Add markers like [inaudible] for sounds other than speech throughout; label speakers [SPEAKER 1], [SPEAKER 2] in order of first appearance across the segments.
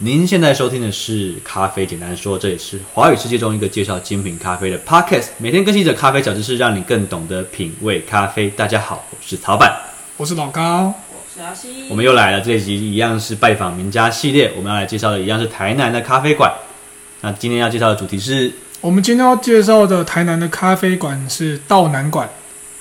[SPEAKER 1] 您现在收听的是《咖啡简单说》，这里是华语世界中一个介绍精品咖啡的 podcast，每天更新一则咖啡小知识，让你更懂得品味咖啡。大家好，我是曹板，
[SPEAKER 2] 我是老高，
[SPEAKER 3] 是阿西
[SPEAKER 1] 我们又来了，这一集一样是拜访名家系列，我们要来介绍的一样是台南的咖啡馆。那今天要介绍的主题是，
[SPEAKER 2] 我们今天要介绍的台南的咖啡馆是道南馆，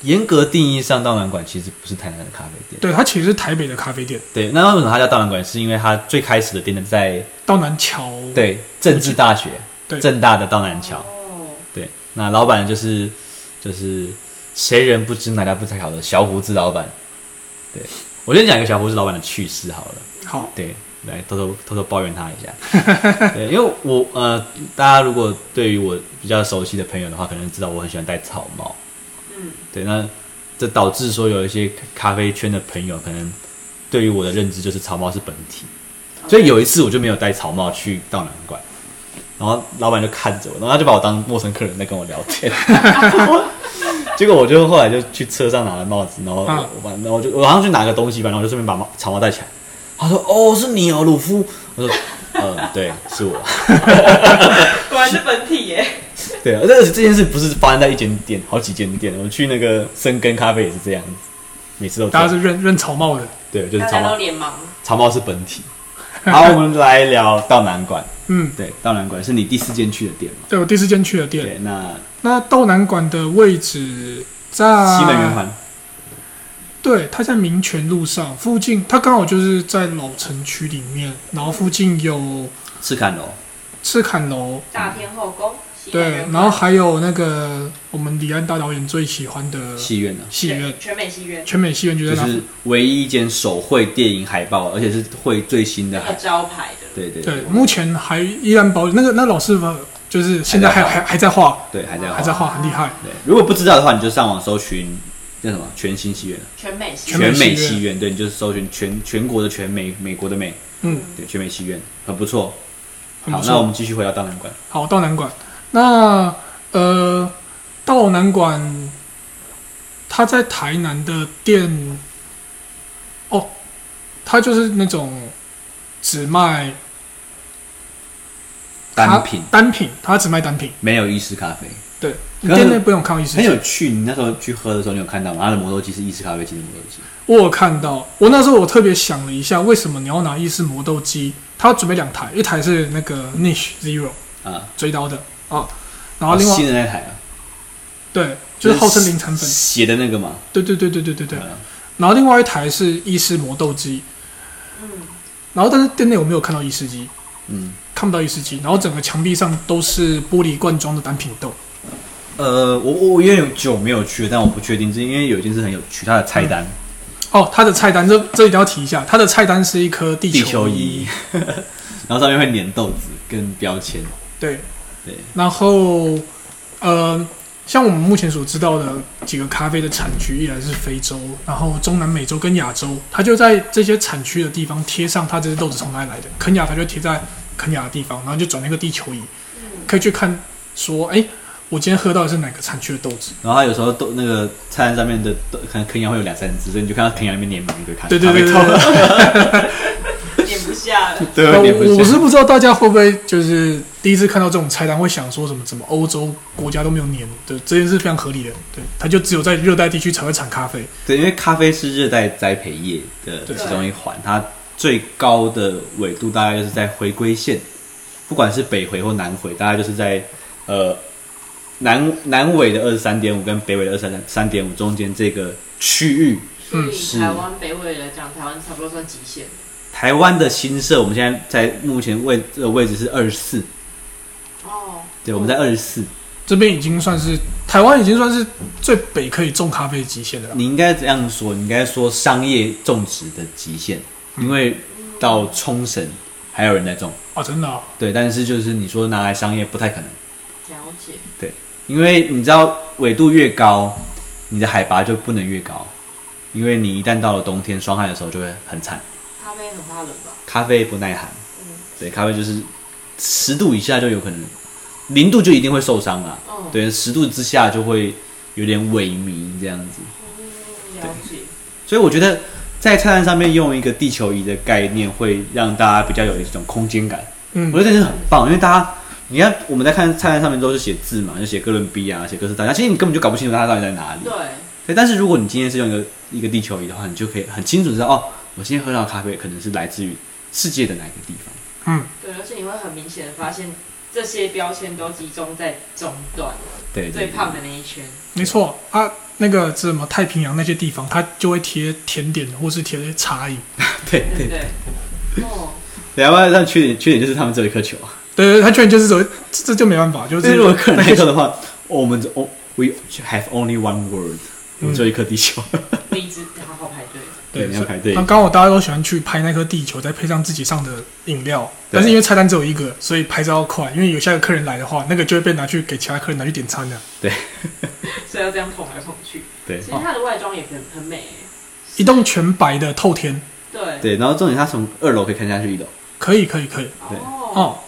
[SPEAKER 1] 严格定义上，道南馆其实不是台南的咖啡店。
[SPEAKER 2] 对，它其实是台北的咖啡店，
[SPEAKER 1] 对，那为什么它叫道南馆？是因为它最开始的店呢在
[SPEAKER 2] 道南桥。，
[SPEAKER 1] 对政治大学，
[SPEAKER 2] 对
[SPEAKER 1] 正大的道南桥。
[SPEAKER 3] 哦，
[SPEAKER 1] 对，那老板就是就是谁人不知哪家不知好的小胡子老板。对我先讲一个小胡子老板的趣事好了。
[SPEAKER 2] 好，
[SPEAKER 1] 对，来偷偷偷偷抱怨他一下。对，因为我呃，大家如果对于我比较熟悉的朋友的话，可能知道我很喜欢戴草帽。
[SPEAKER 3] 嗯，
[SPEAKER 1] 对，那这导致说有一些咖啡圈的朋友可能对于我的认知就是草帽是本体，所以有一次我就没有戴草帽去到南馆，然后老板就看着我，然后他就把我当陌生客人在跟我聊天。
[SPEAKER 2] [laughs]
[SPEAKER 1] 结果我就后来就去车上拿了帽子，然后
[SPEAKER 2] 啊
[SPEAKER 1] 我把，然后我就我好像去拿个东西吧，然后我就顺便把帽草帽戴起来。他说：“哦，是你哦，鲁夫。”我说：“嗯、对，是
[SPEAKER 2] [laughs]
[SPEAKER 1] 我。”
[SPEAKER 3] 果然是本体耶，
[SPEAKER 1] 对啊，但是这件事不是发生在一间店，好几间店。我去那个生根咖啡也是这样子，每次都这
[SPEAKER 2] 大家
[SPEAKER 1] 样。
[SPEAKER 2] 是认认草帽的，
[SPEAKER 1] 对，就是
[SPEAKER 3] 大
[SPEAKER 1] 草
[SPEAKER 3] 家都
[SPEAKER 1] 帽，
[SPEAKER 3] 脸盲，
[SPEAKER 1] 草帽是本
[SPEAKER 2] [laughs]
[SPEAKER 1] 体。好，我们来聊道南馆。
[SPEAKER 2] 嗯，
[SPEAKER 1] 对，道南馆是你第四间去的店嘛？
[SPEAKER 2] 对我第四间去的店。
[SPEAKER 1] 对，那
[SPEAKER 2] 那道南馆的位置在
[SPEAKER 1] 西门圆环。
[SPEAKER 2] 对，它在民权路上附近，它刚好就是在老城区里面，然后附近有
[SPEAKER 1] 赤坎楼，
[SPEAKER 2] 赤坎楼，
[SPEAKER 3] 大天后宫，西门
[SPEAKER 2] 对
[SPEAKER 3] 圆，环
[SPEAKER 2] 然后还有那个我们李安大导演最喜欢的
[SPEAKER 1] 戏院呢、
[SPEAKER 2] 戏院，
[SPEAKER 3] 全美戏院
[SPEAKER 2] 全美戏院就
[SPEAKER 1] 就
[SPEAKER 2] 在那。
[SPEAKER 1] 是唯一一间手绘电影海报，而且是绘最新的
[SPEAKER 3] 那个
[SPEAKER 1] 海。
[SPEAKER 3] 招牌的，
[SPEAKER 1] 对对
[SPEAKER 2] 对，目前还依然保那个那老师傅，就是现在还还还在画，
[SPEAKER 1] 对，还在
[SPEAKER 2] 还在
[SPEAKER 1] 画。
[SPEAKER 2] 画，很厉害。
[SPEAKER 1] 对，如果不知道的话，你就上网搜寻叫什么全新戏院。啊
[SPEAKER 3] 全美戏
[SPEAKER 2] 全
[SPEAKER 3] 院
[SPEAKER 1] 全美
[SPEAKER 2] 美戏院
[SPEAKER 1] 戏院，对，你就是搜寻全全国的全美，美国的美，
[SPEAKER 2] 嗯，
[SPEAKER 1] 对，全美戏院很不错。
[SPEAKER 2] 很
[SPEAKER 1] 好
[SPEAKER 2] 不，
[SPEAKER 1] 那我
[SPEAKER 2] 错。
[SPEAKER 1] 们继续回到大南馆。
[SPEAKER 2] 好，道南馆，那呃，道南馆，它在台南的店，哦，它就是那种只卖它
[SPEAKER 1] 单品
[SPEAKER 2] 单品，它只卖单品。
[SPEAKER 1] 没有意式咖啡，
[SPEAKER 2] 对，
[SPEAKER 1] 可
[SPEAKER 2] 你
[SPEAKER 1] 是
[SPEAKER 2] 店内不用看意思
[SPEAKER 1] 很。有趣。你那时候去喝的时候，你有看到吗？它的磨豆机是意式咖啡机的磨豆机，
[SPEAKER 2] 我有看到，我那时候我特别想了一下，为什么你要拿意式磨豆机？它要准备两台，一台是那个 Niche Zero
[SPEAKER 1] 啊
[SPEAKER 2] 追刀的啊，然后另外
[SPEAKER 1] 新的那台啊，
[SPEAKER 2] 对，就是嗯号称零成本，
[SPEAKER 1] 写的那个嘛。
[SPEAKER 2] 对对对对对对对。
[SPEAKER 1] 啊
[SPEAKER 2] 然后另外一台是意式磨豆机，
[SPEAKER 3] 嗯，
[SPEAKER 2] 然后但是店内我没有看到意式机，
[SPEAKER 1] 嗯，
[SPEAKER 2] 看不到意式机，然后整个墙壁上都是玻璃罐装的单品豆。
[SPEAKER 1] 呃，我我我因为有久没有去了，但我不确定，是因为有一件事很有趣，它的菜单
[SPEAKER 2] 哦，它的菜单这这一定要提一下，它的菜单是一颗地
[SPEAKER 1] 地
[SPEAKER 2] 球
[SPEAKER 1] 球仪， [laughs] 然后上面会粘豆子跟标签。
[SPEAKER 2] 对
[SPEAKER 1] 对，
[SPEAKER 2] 然后呃，像我们目前所知道的几个咖啡的产区，依然是非洲，然后中南美洲跟亚洲，它就在这些产区的地方贴上它这些豆子从哪里来的。肯亚它就贴在肯亚的地方，然后就转那个地球仪，可以去看说，哎，我今天喝到的是哪个产区的豆子？
[SPEAKER 1] 然后它有时候豆那个菜单上面的豆，可能肯亚会有两三只，所以你就看到肯亚那边粘满一堆咖
[SPEAKER 2] 对对对对
[SPEAKER 1] 咖啡豆
[SPEAKER 2] 对。
[SPEAKER 3] 点不下了，
[SPEAKER 1] [laughs] 对
[SPEAKER 2] 呃
[SPEAKER 1] 有点不
[SPEAKER 2] [laughs] 我我是
[SPEAKER 1] 像
[SPEAKER 2] 不知道大家会不会就是第一次看到这种菜单会想说什么怎么欧洲国家都没有粘对，这件事非常合理的，对，它就只有在热带地区才会产咖啡，
[SPEAKER 1] 对，因为咖啡是热带栽培业的
[SPEAKER 2] 对
[SPEAKER 1] 其中一环，它最高的纬度大概就是在回归线，不管是北回或南回，大概就是在呃南南纬的二十三点五跟北纬的二三三点五中间这个区域。
[SPEAKER 3] 所
[SPEAKER 1] 是
[SPEAKER 3] 以台湾北纬来讲，台湾差不多算极限，
[SPEAKER 1] 台湾的新社，我们现在在目前位呃位置是二十四，
[SPEAKER 3] 哦，
[SPEAKER 1] 对，我们在二十四。
[SPEAKER 2] 这边已经算是台湾已经算是最北可以种咖啡的极限的了啦。
[SPEAKER 1] 你应该这样说，你应该说商业种植的极限，因为到冲绳还有人在种，
[SPEAKER 2] 啊，真的、啊，
[SPEAKER 1] 对，但是就是你说拿来商业不太可能。
[SPEAKER 3] 了解，
[SPEAKER 1] 因为你知道纬度越高，你的海拔就不能越高，因为你一旦到了冬天霜害的时候就会很惨。
[SPEAKER 3] 咖啡很怕冷吧？
[SPEAKER 1] 咖啡不耐寒，
[SPEAKER 3] 嗯
[SPEAKER 1] 对，咖啡就是十度以下就有可能，零度就一定会受伤了。
[SPEAKER 3] 嗯，
[SPEAKER 1] 对，十度之下就会有点萎靡这样子。
[SPEAKER 3] 嗯，了解，
[SPEAKER 1] 所以我觉得在菜单上面用一个地球仪的概念，会让大家比较有一种空间感。
[SPEAKER 2] 嗯
[SPEAKER 1] 我觉得这是很棒，因为大家，你看我们在看菜单上面都是写字嘛，就写哥伦比亚、写哥斯达黎加，其实你根本就搞不清楚它到底在哪里。
[SPEAKER 3] 对，
[SPEAKER 1] 对，但是如果你今天是用一个一个地球仪的话，你就可以很清楚知道哦，我今天喝到的咖啡可能是来自于世界的哪一个地方。
[SPEAKER 2] 嗯，
[SPEAKER 3] 对，而且你会很明显的发现，这些标签都集中在中段
[SPEAKER 1] 对，对
[SPEAKER 3] 最胖的那一圈。
[SPEAKER 2] 没错啊，那个什么太平洋那些地方，它就会贴甜点或是贴茶饮。
[SPEAKER 1] 对对
[SPEAKER 3] 对不对？哦，
[SPEAKER 1] 对，要不然它的缺点缺点就是他们只有一颗球啊。
[SPEAKER 2] 对对，对它居然就是走，这这就没办法，就
[SPEAKER 1] 所以
[SPEAKER 2] 是
[SPEAKER 1] 如果客人来客
[SPEAKER 2] 那个
[SPEAKER 1] 的话，哦我们只哦，we have only one word，我们只有一颗地球。
[SPEAKER 3] 荔枝好好排队。
[SPEAKER 1] 对，你要排队
[SPEAKER 2] 那。刚好大家都喜欢去拍那颗地球，再配上自己上的饮料。
[SPEAKER 1] 对
[SPEAKER 2] 但是因为菜单只有一个，所以拍照要快。因为有下个客人来的话，那个就会被拿去给其他客人拿去点餐的。
[SPEAKER 3] 所以要这样捅来捅去。
[SPEAKER 1] 对
[SPEAKER 3] 其实它的外装也很很美耶。
[SPEAKER 2] 一栋全白的透天，
[SPEAKER 3] 对
[SPEAKER 1] 对，然后重点它从二楼可以看下去一楼。
[SPEAKER 2] 可以可以可以。
[SPEAKER 1] 对
[SPEAKER 3] 哦
[SPEAKER 2] 哦，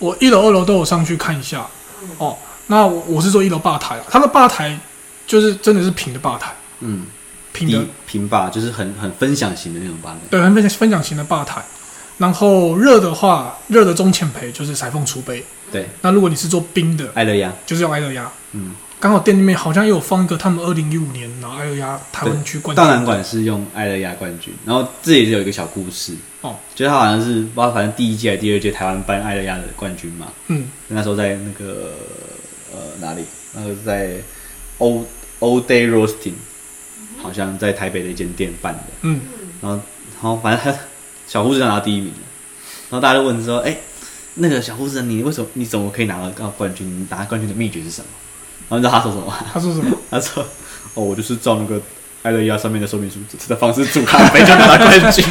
[SPEAKER 2] 我一楼、二楼都有上去看一下。
[SPEAKER 3] 嗯
[SPEAKER 2] 哦，那我我是说一楼吧台啊，它的吧台就是真的是平的吧台，
[SPEAKER 1] 嗯，
[SPEAKER 2] 平的
[SPEAKER 1] 低平吧，就是很很分享型的那种吧台。
[SPEAKER 2] 对，分享分享型的吧台。然后热的话，热的中浅焙就是裁缝厨杯。
[SPEAKER 1] 对，
[SPEAKER 2] 那如果你是做冰的，
[SPEAKER 1] 爱乐呀，
[SPEAKER 2] 就是要挨着压。
[SPEAKER 1] 哎嗯，
[SPEAKER 2] 刚好店里面好像也有放一个他们二零一五年然后艾尔压台湾区冠军，
[SPEAKER 1] 大南馆是用爱乐亚冠军，然后这也是有一个小故事
[SPEAKER 2] 哦，
[SPEAKER 1] 就是他好像是不知道，反正第一届还是第二届台湾颁爱乐亚的冠军嘛，
[SPEAKER 2] 嗯，
[SPEAKER 1] 那时候在那个呃哪里，那个在 O O Day Roasting，好像在台北的一间店办的，
[SPEAKER 2] 嗯，
[SPEAKER 1] 然后然后反正他小护士拿到第一名了，然后大家就问说，哎、那个小护士你为什么你怎么可以拿到冠军？你拿冠军的秘诀是什么？然后你知道他说什么吗？
[SPEAKER 2] 他说什么？
[SPEAKER 1] 他说：“哦，我就是照那个艾乐亚上面的说明书的方式煮咖啡，就拿到冠军。”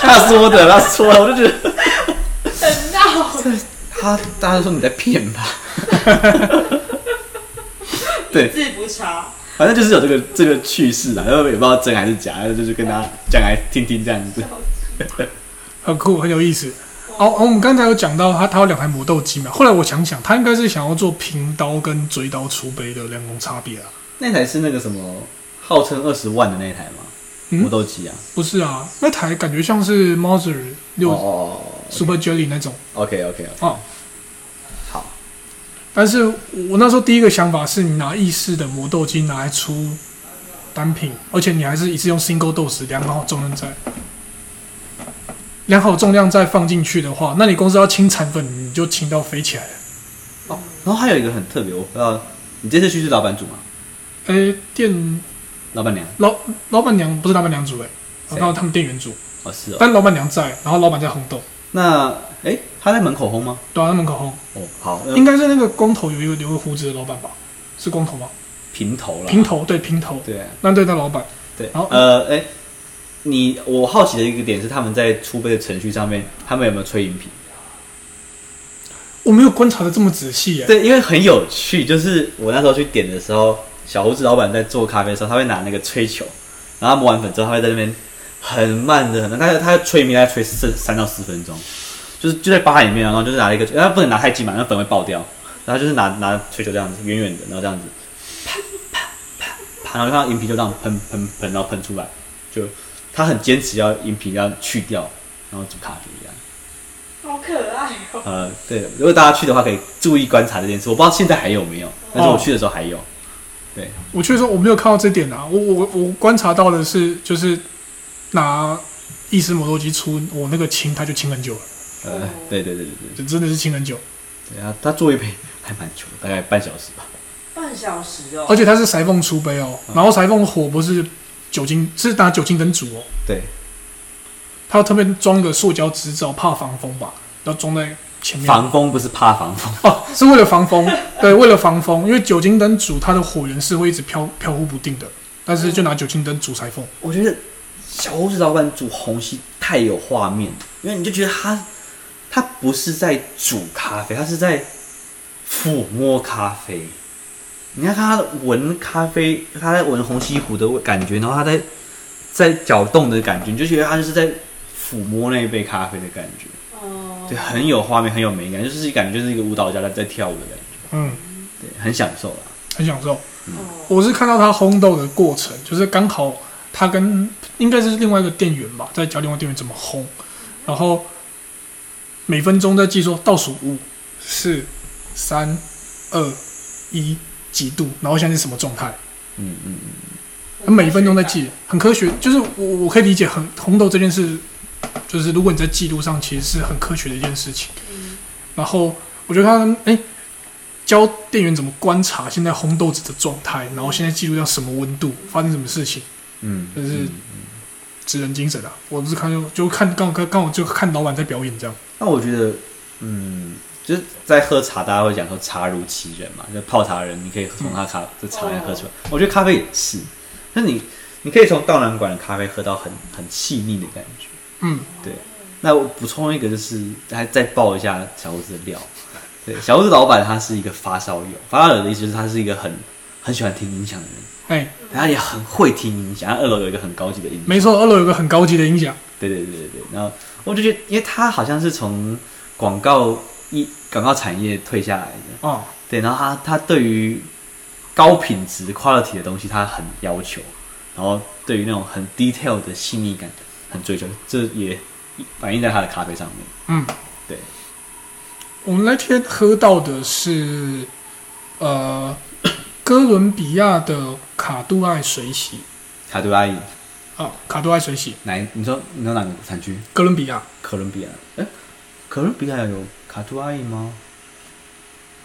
[SPEAKER 1] 他说的，他说的，我就觉得
[SPEAKER 3] 很闹。
[SPEAKER 1] 他，大家都说你在骗吧。对，
[SPEAKER 3] 字不差，
[SPEAKER 1] 反正就是有这个这个趣事啊，然后也不知道真还是假，就是跟大家讲来听听这样子。
[SPEAKER 2] 很酷，很有意思。哦哦，我们刚才有讲到他，他有两台磨豆机嘛。后来我想想，他应该是想要做平刀跟锥刀出杯的两种差别啊。
[SPEAKER 1] 那台是那个什么，号称二十万的那台吗？
[SPEAKER 2] 嗯
[SPEAKER 1] 磨豆机啊。
[SPEAKER 2] 不是啊，那台感觉像是 Mauser
[SPEAKER 1] 哦
[SPEAKER 2] 六、
[SPEAKER 1] 哦
[SPEAKER 2] Super Jelly 那种
[SPEAKER 1] ，OK OK OK，
[SPEAKER 2] 哦。
[SPEAKER 1] 好，
[SPEAKER 2] 但是我那时候第一个想法是你拿意式的磨豆机拿来出单品，而且你还是一次用 single dose 量好重量再量好重量再放进去的话，那你公司要清产粉，你就清到飞起来了。
[SPEAKER 1] 然后还有一个很特别，我不知道你这次去是老板煮吗？
[SPEAKER 2] 诶，店
[SPEAKER 1] 老板娘？
[SPEAKER 2] 老老板娘不是老板娘煮诶，
[SPEAKER 1] 谁
[SPEAKER 2] 然后他们店员煮，
[SPEAKER 1] 哦，是哦。
[SPEAKER 2] 但老板娘在，然后老板在烘豆，
[SPEAKER 1] 那哎、他在门口轰吗？
[SPEAKER 2] 对啊，在门口烘，
[SPEAKER 1] 哦，好，
[SPEAKER 2] 应该是那个光头有一个留个胡子的老板吧？是光头吗？
[SPEAKER 1] 平头了，
[SPEAKER 2] 平头，对平头，
[SPEAKER 1] 对
[SPEAKER 2] 那对那老板，
[SPEAKER 1] 对，
[SPEAKER 2] 好
[SPEAKER 1] 呃，哎、你我好奇的一个点是，他们在出杯的程序上面，他们有没有吹饮品？
[SPEAKER 2] 我没有观察的这么仔细耶。
[SPEAKER 1] 对，因为很有趣，就是我那时候去点的时候，小胡子老板在做咖啡的时候，他会拿那个吹球，然后他磨完粉之后，他会在那边很慢的，很慢，他他吹应该吹三三到四分钟，就是就在吧台里面，然后就是拿了一个，因为他不能拿太近嘛，那粉会爆掉，然后就是拿拿吹球这样子，远远的，然后这样子，啪啪啪啪，然后让饮品就这样喷喷喷，然后喷出来，就他很坚持要饮品要去掉，然后煮咖啡这样。
[SPEAKER 3] 好可爱哦。
[SPEAKER 1] 呃，对，如果大家去的话，可以注意观察这件事。我不知道现在还有没有，但是我去的时候还有。对，
[SPEAKER 2] 我确实我没有看到这点啊，我我我观察到的是，就是拿意式磨豆机出我那个清，它就清很久了，
[SPEAKER 1] 呃，对对对对对
[SPEAKER 2] 就真的是清很久，
[SPEAKER 1] 对啊，他做一杯还蛮久的，大概半小时吧。
[SPEAKER 3] 半小时哦
[SPEAKER 2] 而。且它是裁缝出杯哦，
[SPEAKER 1] 嗯
[SPEAKER 2] 然后裁缝火不是酒精，是拿酒精灯煮哦，
[SPEAKER 1] 对，
[SPEAKER 2] 它特别装个塑胶纸罩，怕防风吧，要装在前面。
[SPEAKER 1] 防风不是怕防风，
[SPEAKER 2] 哦，是为了防风， [laughs] 对，为了防风，因为酒精灯煮它的火源是会一直飘飘忽不定的，但是就拿酒精灯煮裁缝，
[SPEAKER 1] 我觉得小护士老板煮虹吸太有画面，因为你就觉得他他不是在煮咖啡，他是在抚摸咖啡。你看他闻咖啡，他在闻虹吸壶的味感觉，然后他在在搅动的感觉，你就觉得他就是在抚摸那一杯咖啡的感觉，
[SPEAKER 3] 哦
[SPEAKER 1] 对，啊很有画面，很有美感，就是感觉就是一个舞蹈家在在跳舞的感觉，
[SPEAKER 2] 嗯，
[SPEAKER 1] 对，很享受啦。啊
[SPEAKER 2] 很享受。
[SPEAKER 3] 哦
[SPEAKER 2] 我是看到他烘豆的过程，就是刚好他跟应该是另外一个店员吧，在教另外店员怎么烘，然后每分钟在计说倒数五、四、三、二、一几度，然后现在是什么状态？
[SPEAKER 1] 嗯嗯嗯，
[SPEAKER 2] 他每一分钟在记，很科学。就是我我可以理解很红豆这件事，就是如果你在记录上，其实是很科学的一件事情。
[SPEAKER 3] 嗯，
[SPEAKER 2] 然后我觉得他们哎、教店员怎么观察现在烘豆子的状态，然后现在记录到什么温度，发生什么事情，
[SPEAKER 1] 嗯，
[SPEAKER 2] 就是
[SPEAKER 1] 嗯
[SPEAKER 2] 职人精神啊！我不是看就就看刚刚刚我就看老板在表演这样，
[SPEAKER 1] 那我觉得，嗯，就是在喝茶，大家会讲说茶如其人嘛，就泡茶人，你可以从他咖这茶里面喝出来。我觉得咖啡也是，那你你可以从道南馆的咖啡喝到很很细腻的感觉。
[SPEAKER 2] 嗯，
[SPEAKER 1] 对。那我补充一个，就是还再爆一下小胡子的料。对，小胡子老板他是一个发烧友，发烧友的意思就是他是一个很很喜欢听音响的人，
[SPEAKER 2] 哎、
[SPEAKER 1] 他也很会听音响。他二楼有一个很高级的音响。
[SPEAKER 2] 没错，二楼有个很高级的音响，
[SPEAKER 1] 对对对对对，然后我就觉得，因为他好像是从广告一广告产业退下来的，
[SPEAKER 2] 哦，
[SPEAKER 1] 对，然后他他对于高品质 quality 的东西他很要求，然后对于那种很 detail 的细腻感很追求，这也反映在他的咖啡上面。
[SPEAKER 2] 嗯，
[SPEAKER 1] 对。
[SPEAKER 2] 我们那天喝到的是，呃，哥伦比亚的卡杜艾水洗
[SPEAKER 1] 卡杜阿姨，
[SPEAKER 2] 啊，卡杜艾水洗，
[SPEAKER 1] 哪一？你说你说哪个产区？
[SPEAKER 2] 哥伦比亚，
[SPEAKER 1] 哥伦比亚？哎，哥伦比亚有卡杜阿姨吗？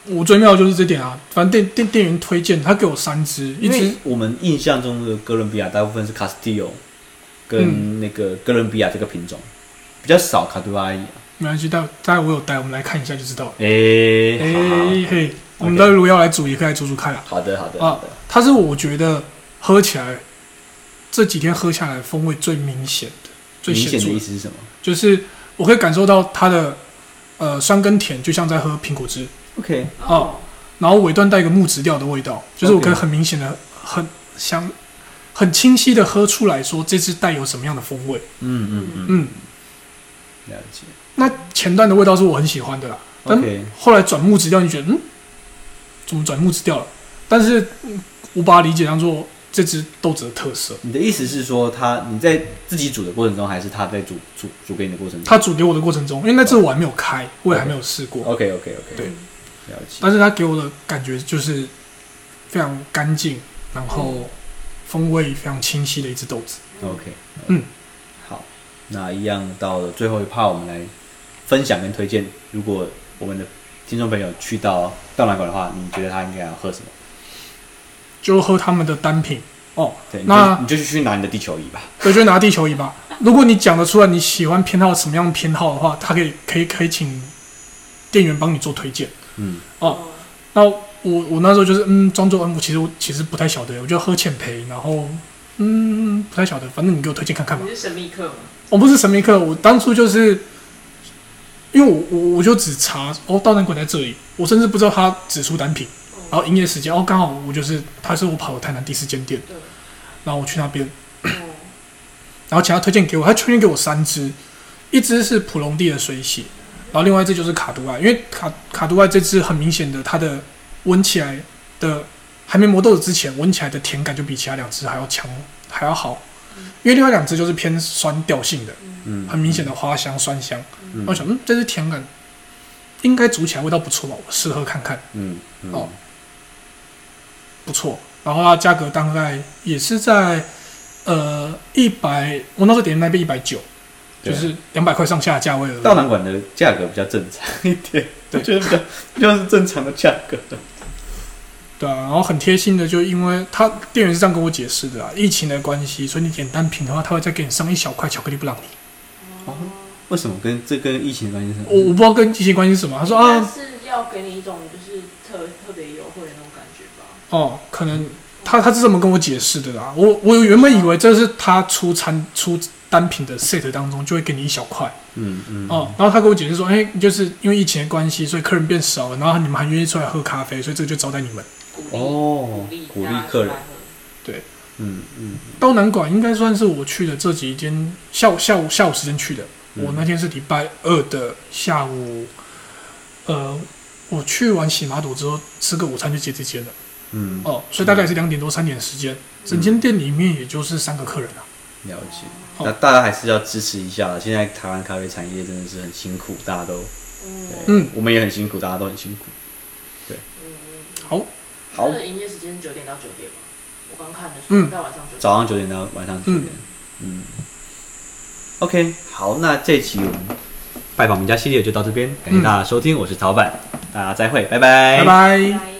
[SPEAKER 2] 我最妙的就是这点啊。反正店店店员推荐，他给我三支，一
[SPEAKER 1] 因为
[SPEAKER 2] 支
[SPEAKER 1] 我们印象中的哥伦比亚大部分是 Castillo 跟那个哥伦比亚这个品种，比较少卡杜阿伊。啊
[SPEAKER 2] 没关系，待待会我有带，我们来看一下就知道了。
[SPEAKER 1] 诶、
[SPEAKER 2] 哎、嘿，我们
[SPEAKER 1] OK
[SPEAKER 2] 待会如果要来煮，也可以来煮煮看啊。
[SPEAKER 1] 好的，好的，
[SPEAKER 2] 啊
[SPEAKER 1] 好的。
[SPEAKER 2] 它是我觉得喝起来这几天喝下来风味最明显的、最
[SPEAKER 1] 明
[SPEAKER 2] 显
[SPEAKER 1] 显
[SPEAKER 2] 著
[SPEAKER 1] 的
[SPEAKER 2] 的
[SPEAKER 1] 意思是什么？
[SPEAKER 2] 就是我可以感受到它的呃酸跟甜，就像在喝苹果汁，
[SPEAKER 1] OK，
[SPEAKER 2] 哦，然后尾段带一个木质调的味道，就是我
[SPEAKER 1] OK
[SPEAKER 2] 可以很明显的、很想、很清晰的喝出来说这支带有什么样的风味。
[SPEAKER 1] 嗯嗯嗯，
[SPEAKER 2] 嗯，
[SPEAKER 1] 了解。
[SPEAKER 2] 那前段的味道是我很喜欢的啦，但
[SPEAKER 1] OK，
[SPEAKER 2] 后来转木质调，你觉得嗯，怎么转木质调了？但是嗯我把它理解当做这支豆子的特色。
[SPEAKER 1] 你的意思是说他你在自己煮的过程中，还是他在煮煮煮给你的过程中
[SPEAKER 2] 它煮给我的过程中，因为那支我还没有开，我也还没有试过，
[SPEAKER 1] ？OK OK OK，
[SPEAKER 2] 对，
[SPEAKER 1] 了解。
[SPEAKER 2] 但是它给我的感觉就是非常干净，然
[SPEAKER 1] 嗯
[SPEAKER 2] 后风味非常清晰的一支豆子。
[SPEAKER 1] OK，
[SPEAKER 2] 嗯，
[SPEAKER 1] 好，那一样到了最后一趴，我们来分享跟推荐。如果我们的听众朋友去到到哪馆的话，你觉得他应该要喝什么？
[SPEAKER 2] 就喝他们的单品哦。
[SPEAKER 1] 对，你
[SPEAKER 2] 那
[SPEAKER 1] 就你就去拿你的地球仪吧。
[SPEAKER 2] 对，就拿地球仪吧。如果你讲得出来你喜欢偏好什么样的偏好的话，他可以可以可以请店员帮你做推荐。
[SPEAKER 1] 嗯，
[SPEAKER 3] 哦，
[SPEAKER 2] 那我我那时候就是嗯，装作嗯，我其实我其实不太晓得，我就喝浅焙，然后嗯不太晓得，反正你给我推荐看看吧
[SPEAKER 3] 哦你。是神秘客吗？
[SPEAKER 2] 我不是神秘客，我当初就是因为我我我就只查哦，道南馆在这里，我甚至不知道他只出单品，然后营业时间哦，刚好我就是他是我跑台南第四间店
[SPEAKER 3] 对，
[SPEAKER 2] 然后我去那边。
[SPEAKER 3] 哦，
[SPEAKER 2] 然后请他推荐给我，他推荐给我三支，一支是普隆地的水洗，然后另外一支就是卡杜艾，因为卡卡杜艾这支很明显的，它的闻起来的还没磨豆子之前，闻起来的甜感就比其他两支还要强，还要好，因为另外两支就是偏酸调性的，
[SPEAKER 1] 嗯，
[SPEAKER 2] 很明显的花香酸香，
[SPEAKER 1] 嗯
[SPEAKER 2] 然后我想，嗯，这支甜感应该煮起来味道不错吧，我试喝看看，
[SPEAKER 1] 嗯嗯
[SPEAKER 2] 哦不错，然后它价格大概也是在呃一百，100, 我那时候点那边一百九。
[SPEAKER 1] 对
[SPEAKER 2] 就是两百块上下的价位而已。
[SPEAKER 1] 道南馆的价格比较正常一点，
[SPEAKER 2] 对
[SPEAKER 1] 就是比较比较是正常的价格。
[SPEAKER 2] 对啊，然后很贴心的，就因为他店员是这样跟我解释的啊，疫情的关系，所以你点单品的话，他会再给你上一小块巧克力布朗尼。
[SPEAKER 1] 为什么跟这跟疫情关系是什
[SPEAKER 2] 我我
[SPEAKER 1] 么？
[SPEAKER 2] 不知道跟疫情关系是什么，他说
[SPEAKER 3] 应该
[SPEAKER 2] 啊，
[SPEAKER 3] 是要给你一种就是特特别优惠的那种感觉吧？
[SPEAKER 2] 哦，可能他他是这么跟我解释的啦。我我原本以为这是他出餐出单品的 set 当中就会给你一小块
[SPEAKER 1] 嗯嗯
[SPEAKER 2] 哦，然后他跟我解释说，哎，就是因为疫情的关系，所以客人变少了，然后你们还愿意出来喝咖啡，所以这个就招待你们。
[SPEAKER 3] 鼓励，
[SPEAKER 1] 哦
[SPEAKER 3] 鼓励，
[SPEAKER 1] 鼓励
[SPEAKER 3] 大家
[SPEAKER 1] 客人
[SPEAKER 3] 出来。喝
[SPEAKER 1] 嗯嗯
[SPEAKER 2] 刀南馆应该算是我去的这几间下午下午下午时间去的。
[SPEAKER 1] 嗯
[SPEAKER 2] 我那天是礼拜二的下午，呃，我去完洗马朵之后吃个午餐就接这间了。
[SPEAKER 1] 嗯，
[SPEAKER 2] 哦，所以大概也是两点多三点的时间，整间店里面也就是三个客人啊。
[SPEAKER 1] 了解。
[SPEAKER 2] 好
[SPEAKER 1] 那大家还是要支持一下，现在台湾咖啡产业真的是很辛苦，大家都，
[SPEAKER 3] 嗯
[SPEAKER 1] 对
[SPEAKER 2] 嗯
[SPEAKER 1] 我们也很辛苦，大家都很辛苦。
[SPEAKER 2] 好，
[SPEAKER 1] 好
[SPEAKER 3] 嗯它，的营业时间是九点到九点吗？我刚看的时
[SPEAKER 2] 嗯
[SPEAKER 3] 候，到晚上九点。
[SPEAKER 1] 早上九点到晚上九点，嗯 o k 好，那这期我们拜访我们家系列就到这边，感谢大家收听，我是曹板，大家再会，拜拜，
[SPEAKER 2] 拜拜。
[SPEAKER 3] 拜